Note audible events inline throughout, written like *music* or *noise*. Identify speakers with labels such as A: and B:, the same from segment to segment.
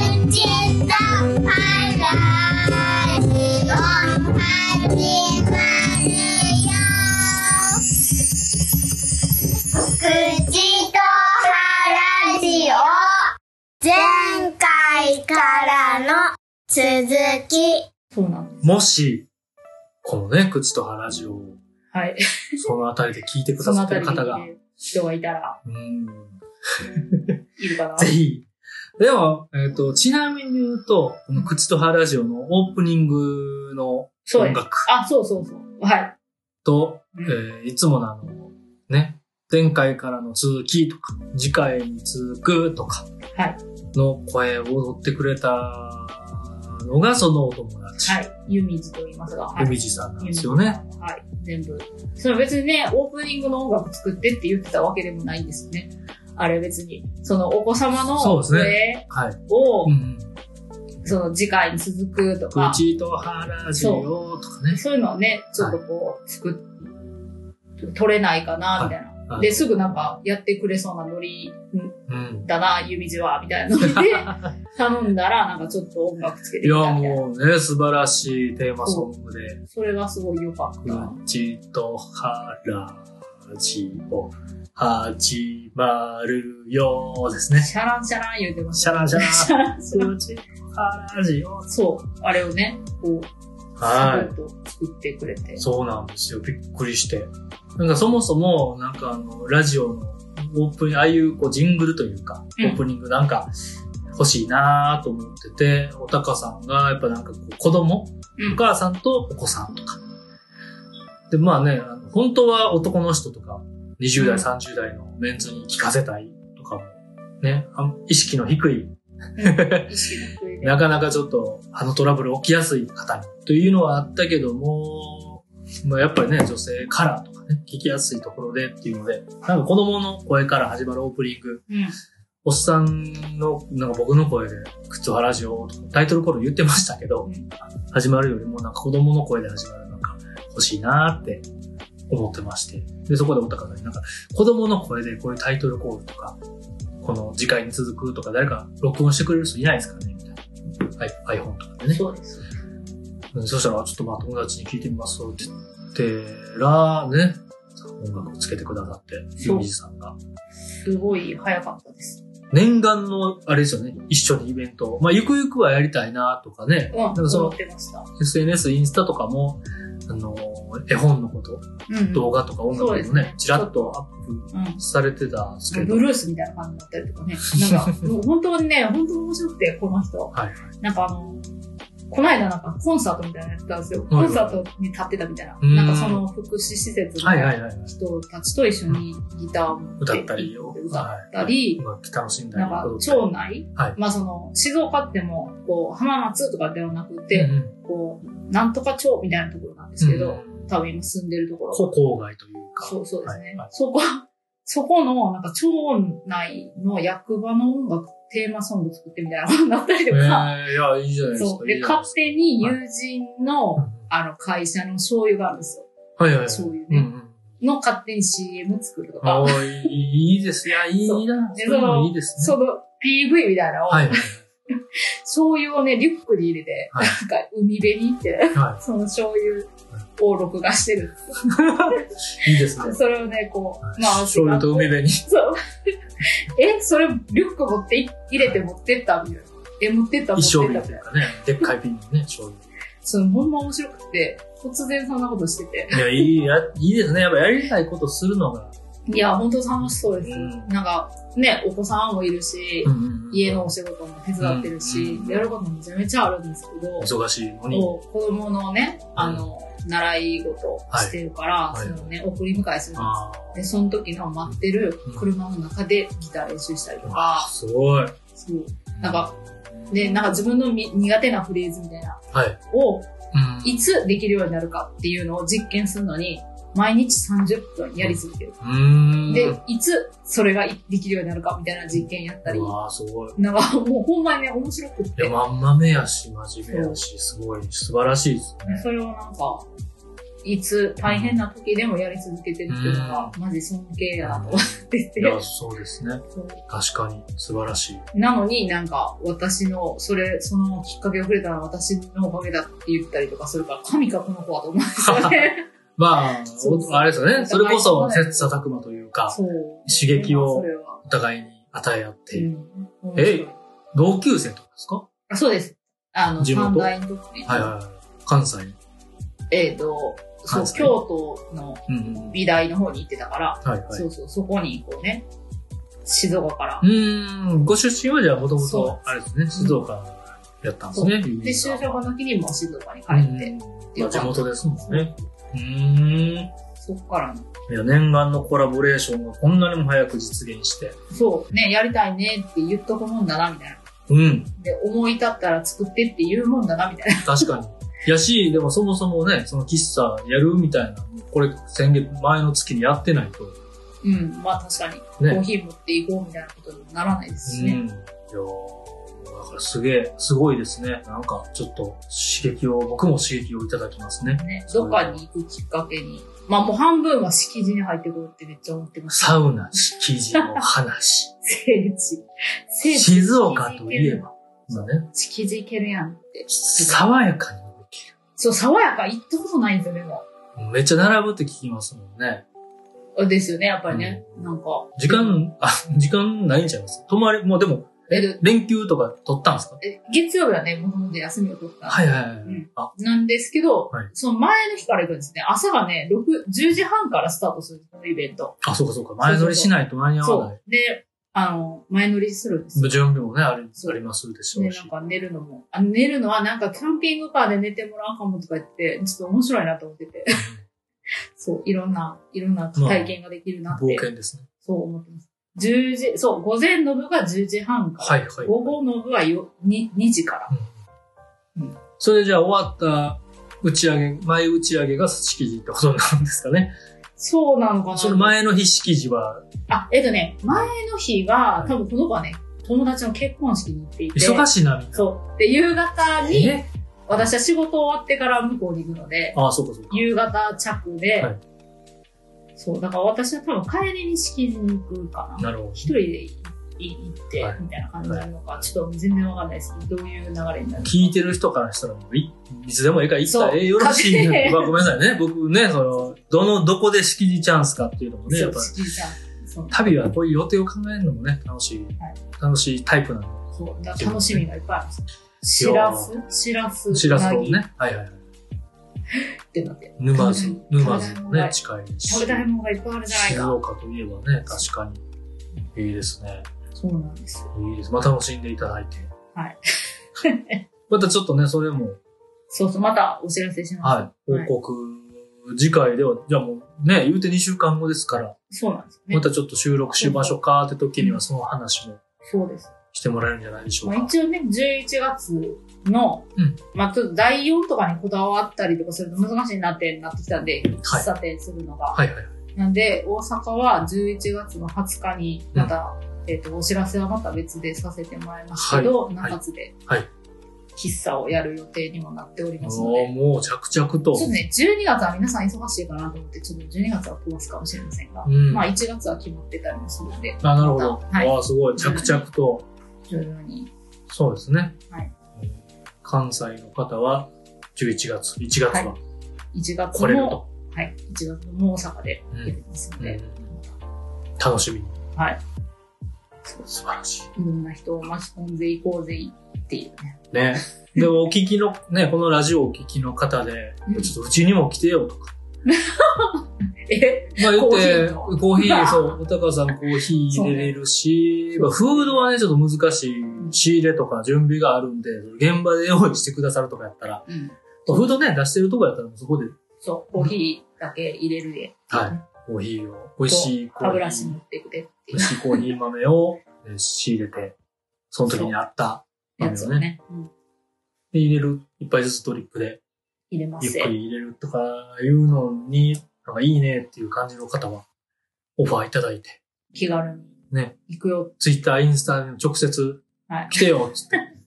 A: 口の払いを始まるよ口と腹地を前回からの続き
B: そうなんです。
C: もし、このね、口と腹ジを、 *laughs*
B: はい。
C: そのあたりで聞いてく
B: そ
C: だ
B: の
C: さ
B: あ
C: って
B: た
C: る
B: りに
C: 方が、
B: 人がいたら、
C: うん、
B: いるかな。
C: ぜひ。でも、えっ、と、ちなみに言うと、この口と腹ラジオのオープニングの
B: そう
C: 音
B: です。
C: 楽
B: あ、そうそうそう。はい。
C: と、
B: う
C: え
B: ん
C: ーいつものあの、ね、前回からの続きとか、次回に続くとか
B: はい、
C: の声を取ってくれたのがそのお友達、
B: はい。湯水と言いますが。はい
C: 海地さんなんですよね。
B: はい。全部。その別にね、オープニングの音楽作ってって言ってたわけでもないんですよね。あれ別に、そのお子様
C: そう
B: の
C: ですね
B: 声
C: はい。
B: を、
C: うん。
B: その次回に続くとか、
C: 口と腹ジオとかね。
B: そういうのはね、ちょっとこう、作っ、取れないかな、みたいな。
C: はい
B: で、すぐなんかやってくれそうなノリ
C: うん。
B: だな、湯水は、みたい
C: *laughs*
B: なノリで頼んだら、なんかちょっと音楽つけて
C: い
B: み
C: や、
B: たみたいな。
C: もうね、素晴らしいテーマソングで。
B: それがすごい良かった。
C: 口と腹地を始まるよーで
B: *laughs*
C: すね。
B: シャランシャラン言うてまし
C: シャランシャ
B: た。シャ
C: ラ
B: ランシャラン
C: ン。口と腹地を。
B: そう、あれをね、こう、サ
C: は
B: クッと作ってくれて
C: い。。そうなんですよ。びっくりして。なんかそもそも、なんかあの、ラジオのオープン、ああいうこうジングルというか、
B: うん
C: オープニングなんか欲しいなーと思ってて、おたかさんがやっぱなんかこう子供、
B: うん
C: お母さんとお子さんとか。で、まあね、あの本当は男の人とか、20代、
B: うん
C: 30代のメンツに聞かせたいとかも、ね、あん意識の低い、
B: 意識の低いね
C: なかなかちょっと、あのトラブル起きやすい方に、というのはあったけども、まあ、やっぱりね、女性からとかね、聞きやすいところでっていうので、なんか子供の声から始まるオープニング、
B: うん。
C: おっさんの、なんか僕の声で、靴はラジオとかタイトルコール言ってましたけど、
B: うん
C: 始まるよりもなんか子供の声で始まるなんか欲しいなーって思ってまして。で、そこでお高さんになんか子供の声でこういうタイトルコールとか、この次回に続くとか誰か録音してくれる人いないですかねみたいな。はい iPhone とかでね。
B: そうです。
C: うんそしたら、ちょっとまあ友達に聞いてみますって言ってら、ね、音楽をつけてくださって、
B: そう
C: ユージさんが。
B: すごい早かったです。
C: 念願の、あれですよね、一緒にイベントを。まあ、ゆくゆくはやりたいなとかね、
B: うん、
C: なんかその
B: 思ってました。
C: SNS、インスタとかも、あの、絵本のこと、
B: うん。
C: 動画とか音楽
B: そう
C: の
B: で
C: も
B: す
C: ね
B: ね、
C: ちらっとアップ
B: うん。
C: されてたんですけ
B: ブ
C: ど、
B: ルースみたいな感じだったりとかね。なんか、もう本当に
C: *laughs*
B: ね、本当に面白くて、この人。
C: はい
B: なんかあの、この間なんかコンサートみたいなのやってたんですよ。
C: いは
B: コ
C: い
B: ンサートに立ってたみたいな。
C: うん
B: なんかその福祉施設
C: はいは
B: の
C: いはい。
B: 人たちと一緒にギターを持
C: 歌ったりを、
B: 歌ったり、
C: はいまあ楽しんだ
B: な
C: り
B: ん
C: とか
B: か、町内、
C: はい
B: まあその、静岡っても、こう、浜松とかではなく
C: う
B: て、
C: んうん
B: こう、なんとか町みたいなところなんですけど、
C: うん
B: 多分今住んでるところ。
C: こ郊外というか、
B: そうそうですね。
C: はいはい
B: そこ、そこの、なんか町内の役場の音楽、テーマソング作ってみたいなことになったりと
C: え
B: か、
C: ー、いや、いいじゃないです
B: そ
C: か。
B: う。
C: い
B: で、
C: いじゃない
B: 勝
C: です
B: 手に友人の、
C: か
B: あの、会社の醤油があるんですよ。
C: うんはいはいはい。
B: そういう
C: うん
B: ね
C: うん
B: の勝手に CM 作ると
C: あ
B: か、
C: あ、いいいいです。いや、いいな。
B: で
C: そういう
B: そ
C: の
B: の
C: いいですね。
B: その PV みたいなのを、
C: はいはい。
B: 醤油をね、リュックに入れて、
C: はい
B: なんか海辺に行って、
C: は
B: その醤油を録画してるんです
C: いいですね
B: よ。。それをね、こう、まあ、
C: 醤油と海辺に。
B: そう。え、それ、リュック持ってい、入れて持ってったみたいな。え、持ってった、持
C: 一生
B: ってっ
C: 瓶
B: たみ
C: と
B: たいう
C: い
B: な。
C: かね、でっかい瓶のね、醤油。
B: その、ほんま面白くて、突然そんなことしてて。
C: いや、いい、やいいですね。やっぱやりたいことするのが。
B: いや、ほんと楽しそうです。
C: うん
B: なんか、ね、お子さんもいるし、家のお仕事も手伝ってるし、
C: うん
B: やることもめちゃめちゃあるんですけど、
C: 忙しいのに。
B: こう子供のね、あの、習い事してるから、
C: はい
B: そのね、送り迎えするんですよ
C: あ
B: で、その時の待ってる車の中でギター練習したりと
C: あ、
B: か、
C: すごい。
B: そう。なんか、で、なんか自分のみ苦手なフレーズみたいな、
C: はい。
B: を、
C: うん
B: いつできるようになるかっていうのを実験するのに、毎日30分やり続ける。
C: うーん。
B: で、いつそれができるようになるかみたいな実験やったり
C: う、わあ、すごい。
B: なんかもうほんまにね、面白くっ
C: い
B: て
C: や、、まんまめやし、真面目やし、すごい、素晴らしいですね。
B: それをなんか、いつ大変な時でもやり続けてるっていうのは、マジ尊敬やなと思って
C: い
B: て。
C: や、そうですね。
B: そう
C: 確かに、素晴らしい。
B: なのになんか私の、それ、そのきっかけをくれたら私のおかげだって言ったりとかするから、神かこの子はと思うんですよ
C: *laughs*
B: ね。
C: まあ
B: そうそ、う
C: あれですよね。それこ
B: お
C: そ、
B: 互い
C: 切磋琢磨というか、
B: そう。
C: 刺激を
B: それは
C: お互いに与え合って、
B: うん
C: え同級生とかですか
B: あそうです。あの、
C: 地元
B: 三大の時ね。
C: はいはいはい。関西。
B: えっ、と、そう、
C: 関西
B: 京都の
C: うんうんうん。
B: 美大の方に行ってたから、
C: はいはい。
B: そううそう、そこにこうね、静岡から。
C: ーん。ご出身はじゃあ、もとも
B: そう
C: と、あれですね、静岡やったんです
B: そう
C: ね。
B: で、就職の時にもう静岡に帰
C: うん
B: って、
C: まあ、地元ですもんね。うーん。
B: そっからの
C: いや、念願のコラボレーションがこんなにも早く実現して。
B: そう、ね、やりたいねって言っとくもんだな、みたいな。
C: うん。
B: で、思い立ったら作ってって言うもんだな、みたいな。
C: 確かに。 *laughs* やし、でもそもそもね、その喫茶やるみたいな、これ先月、前の月にやってないと。
B: うん、まあ確かに、コ
C: ね
B: ーヒー持っていこうみたいなことにもならないですし
C: うん。い
B: ね。
C: やーだからすげえ、すごいですね。なんか、ちょっと刺激を、僕も刺激をいただきますね。
B: ね、
C: そ
B: ど
C: う
B: っかに行くきっかけに。まあもう半分は敷地に入ってくるってめっちゃ思ってました。
C: サウナ、敷地の
B: *laughs*
C: 話。
B: 聖地。聖地。
C: 静岡といえば。今ね、
B: 敷地行けるやんって。
C: 爽やかに動け
B: そう、爽やか行ったことないんですよ、でも。
C: る。めっちゃ並ぶって聞きますもんね。
B: ですよね、やっぱりね。なんか。
C: 時間、あ、時間ないんちゃいます泊まれ、もうでも、
B: えで
C: 連休とか取ったんですか
B: え月曜日はね、もともと休みを取った。
C: はいはいはい。
B: ん
C: あ、
B: なんですけど、
C: はい
B: その前の日から行くんですね。朝がね、6、10時半からスタートするイベント。
C: あ、そうかそうか。前乗りしないと間に合わ
B: そ。
C: ないう
B: で、あの、前乗りするんですよ。
C: 準備もね、あり
B: そう
C: ありますでしょ
B: で、
C: うし
B: な。んか寝るのも。あ寝るのはなんかキャンピングカーで寝てもらうかもとか言って、ちょっと面白いなと思ってて。 *laughs* そう、いろんな、いろんな体験ができるなって、
C: 冒険ですね。
B: そう思ってます。10時、そう、午前の部が10時半から。
C: はいはい。
B: 午後の部はよ 2, 2時から。
C: それじゃあ終わった打ち上げ、前打ち上げが式辞ってことになるんですかね。
B: そうなのかな
C: その前の日式辞は、
B: あ、えっとね、前の日は、多分この子はね、友達の結婚式に行っていて。
C: 忙しいな、みんな。
B: そう。で、夕方に、
C: え
B: 私は仕事終わってから向こうに行くので、
C: あ、そうかそうか。
B: 夕方着で、
C: はい
B: そう、だから私は多分帰りに式に行くかな。
C: なるほど。
B: 一人でいい行って、
C: はい
B: みたいな感じなのか、ちょっと全然わかんないですどういう流れになるのか。
C: 聞いてる人からしたらもうい、いつでもええから行ったら
B: そう
C: ええよろしい、
B: 家 *laughs*
C: ね。
B: 庭
C: まあごめんなさいね。僕ね、その、どの、どこで式辞チャンスかっていうのもね、
B: そ
C: やっ
B: う
C: ぱ
B: 式じゃんそう
C: 旅はこういう予定を考えるのもね、楽しい、
B: はい
C: 楽しいタイプなんで。
B: そうだから楽しみがいっぱいあるんですよ。しらすしらす。
C: シラス
B: う
C: と
B: なぎ
C: ね。はいはいはい。
B: ってなって。
C: 沼津、沼津もね、
B: 食
C: 近いです
B: 食
C: し
B: べ。たいものがいっぱいあるじゃない
C: 静
B: か。
C: 岡といえばね、確かに。いいですね。
B: そうなんですよ。
C: いいです。まあ楽しんでいただいて。
B: はい。
C: *laughs* またちょっとね、それも、
B: そうそう、またお知らせします。
C: はい。報告、次回では、じゃあもうね、言うて2週間後ですから、
B: そうなんですね。
C: またちょっと収録しましょうかって時にはその話も
B: そうです。
C: してもらえるんじゃないでしょう
B: まあ、
C: か。
B: 一応ね、11月の、
C: うん
B: まあちょっと第4とかにこだわったりとかすると難しいなってなってきたんで、喫茶店するのが。
C: はいはいはい。
B: なんで、大阪は11月の20日に、また、えっ、と、お知らせはまた別でさせてもらいますけど、
C: はい
B: 中津で、
C: はい
B: 喫茶をやる予定にもなっておりますの
C: もう、
B: で、
C: もう着々と
B: ちょっ。とね、12月は皆さん忙しいかなと思って、ちょっと12月は飛ばすかもしれませんが、
C: うん
B: まあ1月は決まってたりもするんで、
C: あ、なるほど。
B: はい
C: ああ、すごい。着々と。
B: 徐々に、
C: そうですね。
B: はい
C: 関西の方は、11月、1月は
B: 1月
C: 来れる
B: も、
C: と。
B: はい、1月も大阪で
C: うん
B: やりますので、
C: 楽しみに。
B: はい。
C: 素晴らし
B: いろんな人を巻き込んでいこうぜっていうね。
C: い。ね。
B: *laughs*
C: で、お聞きの、ね、このラジオをお聞きの方で
B: う、ん
C: ちょっとうちにも来てよとか。
B: え
C: まあ言って、
B: コーヒー
C: コ
B: と
C: ーヒー、そう、お高さんコーヒー入れれるし、
B: そう
C: まあ、フードはね、ちょっと難しい。仕入れとか準備があるんで、現場で用意してくださるとかやったら、
B: うん。
C: まあフードね、出してるとこやったらもうそこで、
B: そう、コーヒーだけ入れるで。
C: はい。コーヒーを、美味しいコ
B: 歯ブ
C: ー
B: ラ
C: ヒ
B: シ
C: ー
B: 持、ってくれって
C: 美
B: いう
C: 味しいコーヒー豆をえー仕入れて、その時にあった
B: や
C: 豆
B: つ
C: を
B: を
C: ね、
B: ね、うん、
C: で入れる、一杯ずつドリップで、
B: 入れま
C: ゆっ
B: す
C: く
B: よ。
C: り入れるとかいうのに、なんかいいねっていう感じの方は、オファーいただいて、
B: 気軽に。
C: ね。
B: 行くよ。
C: ツイッター、インスタに直接
B: はい、 *laughs*
C: 来てよっつって、ね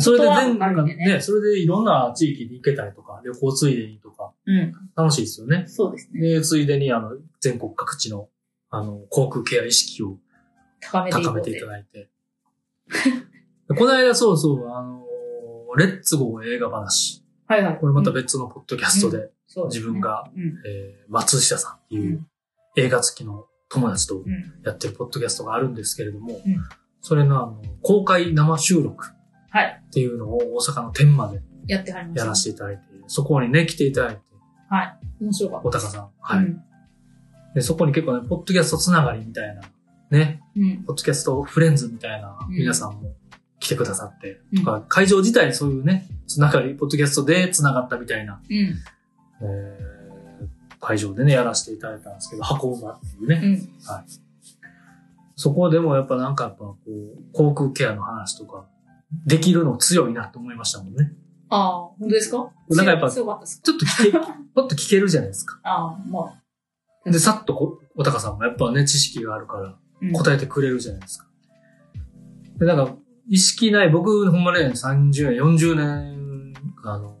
C: それ
B: こ
C: で全、
B: とは
C: な
B: あ
C: ん
B: る
C: か
B: んでね
C: ね、それでいろんな地域に行けたりとか、旅行ついでにとか、
B: うん。
C: 楽しいですよね。
B: そうですね。
C: で、ついでに、あの、全国各地の、あの、航空ケア意識を
B: 高めていこ
C: 高め
B: う
C: てい
B: ぜ
C: た。だいて。この間、そうそう、あのーレッツゴー映画話。
B: はいはい。
C: これまた別のポッドキャストで、
B: そうです
C: 自
B: ね
C: 分。が、
B: うん。
C: えー松下さんっていうう映画好きの友達と
B: うん。
C: やってるポッドキャストがあるんですけれども、
B: うん
C: それのあの公開生収録
B: はい。
C: っていうのを大阪の天まで
B: やってはりました。
C: やらせていただいて、そこにね、来ていただいて、
B: 面白かっ
C: 小高さん。
B: た。
C: はい、
B: うん
C: で。そこに結構ね、ポッドキャストつながりみたいな、ね、
B: うん。
C: ポッドキャストフレンズみたいな
B: うん
C: 皆さんも来てくださって、
B: うん
C: とか会場自体にそういうね、つながり、ポッドキャストでつながったみたいな、
B: うん。
C: えー会場でね、やらせていただいたんですけど、箱馬っていうね、
B: うん。
C: そこでもやっぱなんかやっぱこう、航空ケアの話とか、できるの強いなと思いましたもんね。
B: ああ、本当ですか
C: なんかやっぱ
B: 強かったですか
C: ちょっと聞け、もっと聞けるじゃないですか。
B: ああ、まあ。
C: で、さっとこ、お高さんもやっぱね、知識があるから、
B: うん
C: 答えてくれるじゃないですか。で、なんか、意識ない、僕、ほんまね、30年、40年、あの、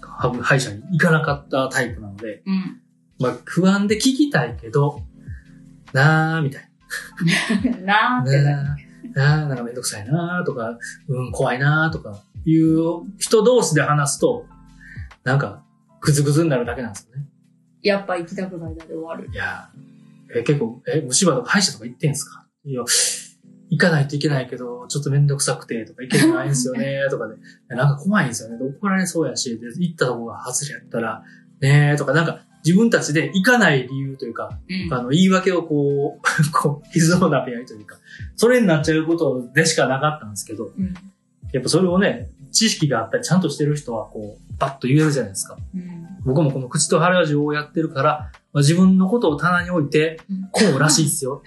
C: 歯歯医者に行かなかったタイプなので、
B: うん。 *laughs*
C: まあ、不安で聞きたいけど、なーみたい
B: なー
C: な。
B: ってな
C: なー、なー、なんかめんどくさいなーとか、うん、怖いなーとか、いう人同士で話すと、なんか、ぐずぐずになるだけなんですよね。
B: やっぱ行きたくないだで終わる。
C: いやー、え、結構、え、虫歯とか歯医者とか行ってんすかいや、行かないといけないけど、ちょっとめんどくさくて、とか、行けないんですよね、とかで、なんか怖いんですよね、で怒られそうやし、で、行ったとこが外れやったら、ねーとか、なんか、自分たちで行かない理由というか、
B: うん。
C: あの、言い訳をこう、 *laughs* こう、傷のなり合いというか、それになっちゃうことでしかなかったんですけど、
B: うん。
C: やっぱそれをね、知識があったり、ちゃんとしてる人は、こう、バッと言えるじゃないですか。
B: うん。
C: 僕もこの口と腹ラジオをやってるから、まあ、自分のことを棚に置いて
B: うん、
C: こうらしいっすよ。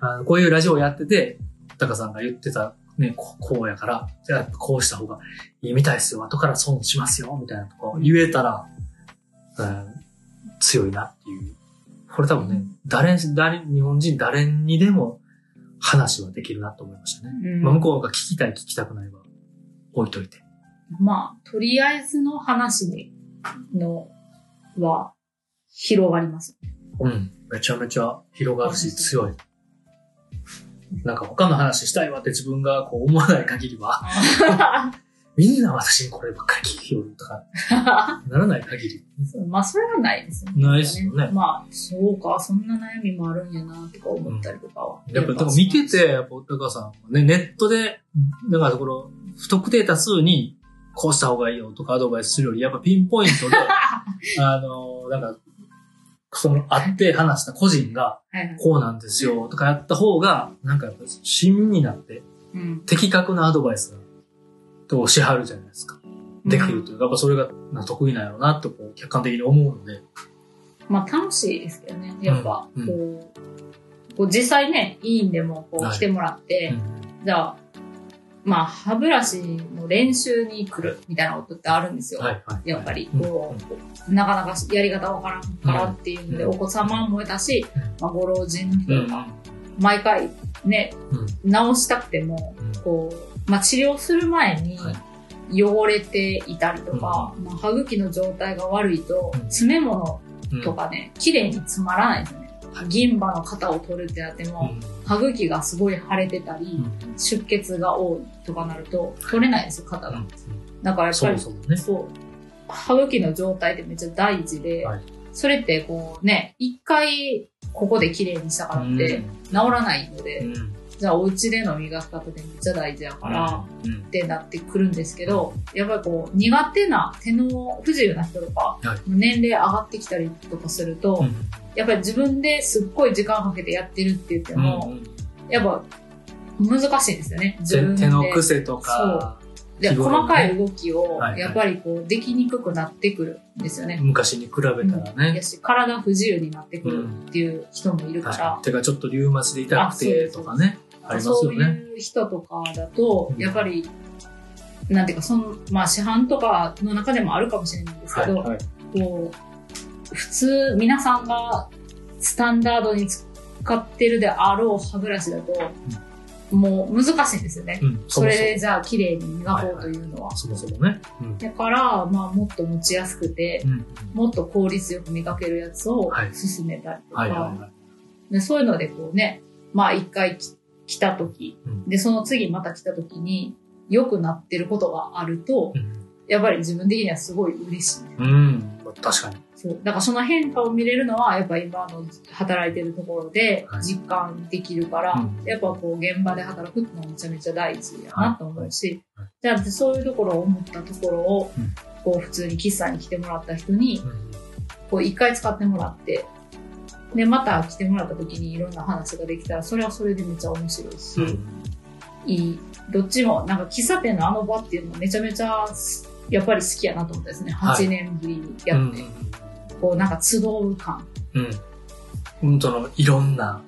C: あのこういうラジオをやってて、タカさんが言ってた、ね、ここうやから、じゃあこうした方がいいみたいっすよ。後から損しますよ、みたいなとか言えたら、うん、強いなっていう。これ多分ね、誰、誰、日本人誰にでも話はできるなと思いましたね。
B: うん
C: まあ、向こうが聞きたい、聞きたくないは置いといて。
B: まあ、とりあえずの話に、の、は、広がります。
C: うん。めちゃめちゃ広がるし強い。 *laughs* なんか他の話したいわって自分がこう思わない限り *laughs* は、みんな私にこればっかり聞きよるとか、ならない限り。
B: まあ、それはないですよね。
C: ないっすよね
B: まあ、そうか、そんな悩みもあるんやな、とか思ったりとかは。
C: *laughs* やっぱ、だから見てて、やっぱ、高さんはね、ネットで、だからこの、不特定多数に、こうした方がいいよとかアドバイスするより、やっぱピンポイント *laughs* で、あの、なんか、その、会って話した個人が、
B: はいはい。
C: こうなんですよとかやった方が、なんかやっぱ、親身になって、
B: うん。
C: 的確なアドバイスをしはるじゃないですか。できるというか、やっぱそれが得意なんやろうなってこう客観的に思うので。
B: まあ、楽しいですけどね。やっぱ、
C: うん
B: こう、こう実際ね、委員でもこ
C: は
B: う
C: い
B: 来てもらって、じゃあ、まあ、歯ブラシの練習に来るみたいなことってあるんですよ。
C: はいはい。
B: やっぱり、こう、なかなかやり方わからんからっていうので、
C: うん
B: お子様もいたし
C: うん、
B: まあ、ご老人と
C: うん。う
B: い
C: ん
B: うか、毎回ね、直したくても、
C: うん
B: こう、まあ、治療する前に
C: は、
B: 汚れていたりとか、まあ、歯茎の状態が悪いと
C: うん、
B: 詰め物
C: うん
B: とかね、綺麗に詰まらないんですよね。銀歯の型を取るってなって
C: うん
B: も、歯茎がすごい腫れてたり、
C: うん
B: 出血が多いとかなると、取れないんですよ、肩が。だからやっ
C: そ
B: ぱ
C: も
B: り
C: そもね。
B: そう。歯茎の状態ってめっちゃ大事で、
C: はい
B: それってこうね、一回ここで綺麗にしたからって治らないので、
C: うん、うん
B: じゃあお家での磨き方ってめっちゃ大事やから、
C: うん
B: ってなってくるんですけど、やっぱりこう苦手な手の不自由な人とか、
C: はい
B: 年齢上がってきたりとかすると、
C: うん
B: やっぱり自分ですっごい時間かけてやってるって言って
C: う
B: も、
C: ん
B: やっぱ難しいんですよね。自
C: 手
B: 分で
C: 手の癖とか、
B: で
C: 日頃
B: 細
C: ね
B: かい動きを
C: はいはい
B: やっぱりこうできにくくなってくるんですよね。
C: 昔に比べたら
B: や
C: ね、
B: し体不自由になってくるっていう人もいるから、
C: はい手がちょっとリウマチで痛くてとかね、あります
B: そ
C: よ
B: う
C: ね。
B: いう人とかだと
C: うん
B: やっぱり、なんていうかその、まあ、市販とかの中でもあるかもしれないんですけど、
C: はいはい
B: こう普通皆さんがスタンダードに使ってるであろう歯ブラシだと、もう難しいんですよね。
C: うん、そ
B: そ
C: も
B: れ
C: そも。
B: でじゃあ綺麗に磨こうというのは。
C: そもそもね。うん。
B: だから、まあ、もっと持ちやすくて、
C: うんうん。
B: もっと効率よく磨けるやつを
C: はい
B: 進めたりとか、
C: はいはいはい。
B: でそういうのでこうね、まあ一回き来た時、
C: うん
B: で、その次また来た時に良くなってることがあると、
C: うん
B: やっぱり自分的にはすごい嬉しいね。
C: うん。確かに。
B: そう。だからその変化を見れるのは、やっぱ今の働いてるところで
C: はい
B: 実感できるから、
C: うん
B: やっぱこう現場で働くってのはめちゃめちゃ大事やなと思うし
C: はい、
B: じゃあそういうところを思ったところを
C: うん、
B: こう普通に喫茶に来てもらった人に、
C: うん。
B: こう一回使ってもらって、で、また来てもらった時にいろんな話ができたら、それはそれでめっちゃ面白いし、いい。どっちも、なんか喫茶店のあの場っていうのはめちゃめちゃ、やっぱり好きやなと思ったですね。
C: はい
B: 8年ぶりに
C: う
B: や
C: ん
B: って、こうなんか集う感。
C: うん。うん。その、いろんな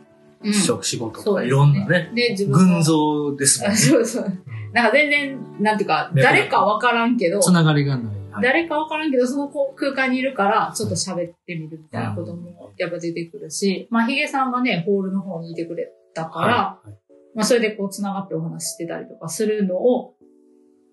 B: うん
C: 職仕事と
B: そう
C: か、
B: です
C: いろんなね、
B: で、自分も
C: 群像ですもん
B: あ
C: ね。
B: そうそう。なんか全然、なんていうか、誰かわからんけど、
C: つながりがない。はい
B: 誰かわからんけど、その空間にいるから、ちょっと喋ってみるみたいなこともやっぱ出てくるし、まあ、ヒゲさんがね、ホールの方にいてくれたから、
C: はいはい
B: まあ、それでこう、繋がってお話ししてたりとかするのを、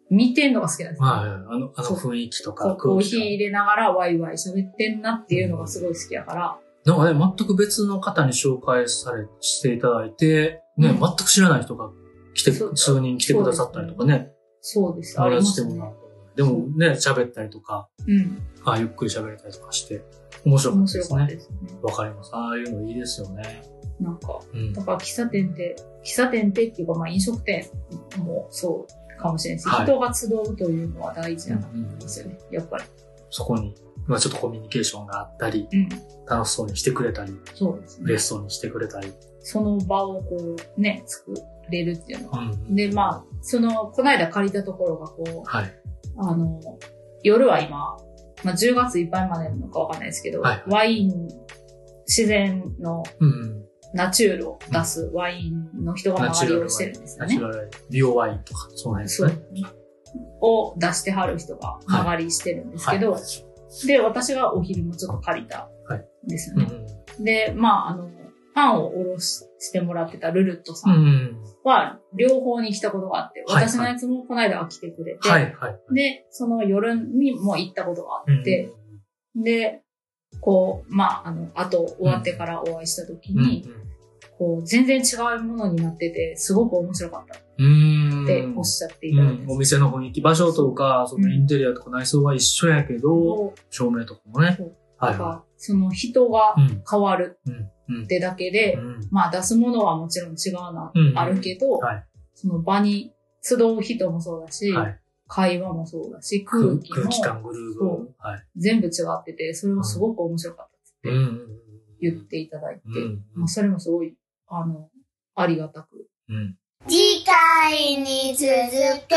B: 見てんのが好きなんですよ。
C: はいはいあの、あの雰囲気と
B: そ
C: か
B: うコー
C: 空気
B: ヒー
C: 感
B: 入れながらワイワイ喋ってんなっていうのがすごい好きやから、
C: なんかね、全く別の方に紹介され、していただいて、ね、
B: うん
C: 全く知らない人が来て、
B: そう
C: 数人来てくださったりとかね、
B: そうです。
C: 友
B: ありま
C: 達ですも
B: ね
C: な。でもね、喋ったりとか、
B: うん。
C: あゆっくり喋れたりとかして、面白かっ
B: 面
C: たで
B: 白
C: す
B: かった
C: ね。
B: ですね。
C: わかります。ああいうのいいですよね。
B: なんか、
C: うん
B: だ。から喫茶店って、喫茶店ってっていうか、まあ飲食店もそうかもしれないです、
C: はい
B: 人が集うというのは大事やなと思いますよね、やっぱり。
C: そこに、まあちょっとコミュニケーションがあったり、
B: うん。
C: 楽しそうにしてくれたり、
B: そうですね
C: 嬉。しそうにしてくれたり。
B: その場をこう、ね、作れるっていうのは。
C: うん。
B: で、まあ、その、この間借りたところがこ
C: はい。
B: う、あの、夜は今、まあ10月いっぱいまでなのかわかんないですけど、
C: はい
B: ワイン、自然の
C: うん。
B: ナチュールを出すワインの人が周りをしてるんですよ
C: ナ
B: ね
C: チュ。ラル美容ワインとか、その辺です
B: そう
C: ね。。
B: を出してはる人が曲がりしてるんですけど、
C: はい
B: で、私がお昼もちょっと借りたんですよ
C: う
B: ね。
C: ん。
B: で、まあ、あの、パンをおろししてもらってたルルットさ
C: うんん。
B: は、両方に来たことがあって、
C: はいはい
B: 私のやつもこの間は来てくれて、
C: はい、はい。
B: で、その夜にも行ったことがあって、で、こう、まあ、あの、あと終わってからお会いした時
C: うん、うん
B: に、こう、全然違うものになってて、すごく面白かったっ
C: うん。
B: ておっしゃっていうただいて
C: ん、お店の雰囲気、場所とか、そのインテリアとか内装は一緒やけど、
B: を
C: 照明とかもね
B: そう。
C: はい
B: なん
C: は
B: か、その人が
C: い。うん、
B: 変わる
C: うん、うん
B: っ。てだけで、
C: うん
B: まあ出すものはもちろん違うな、
C: うん
B: あるけど、
C: はい
B: その場に集う人もそうだし、
C: はい
B: 会話もそうだし、空
C: 空
B: 気
C: 空気
B: も
C: 感、グルー
B: そ
C: ブ。はい。
B: 全部違ってて、それもすごく面白かったって
C: うんうん。
B: 言っていただいて、
C: うん。
B: まあそれもすごい、あの、ありがたく。
C: うん。
A: 次回に続く。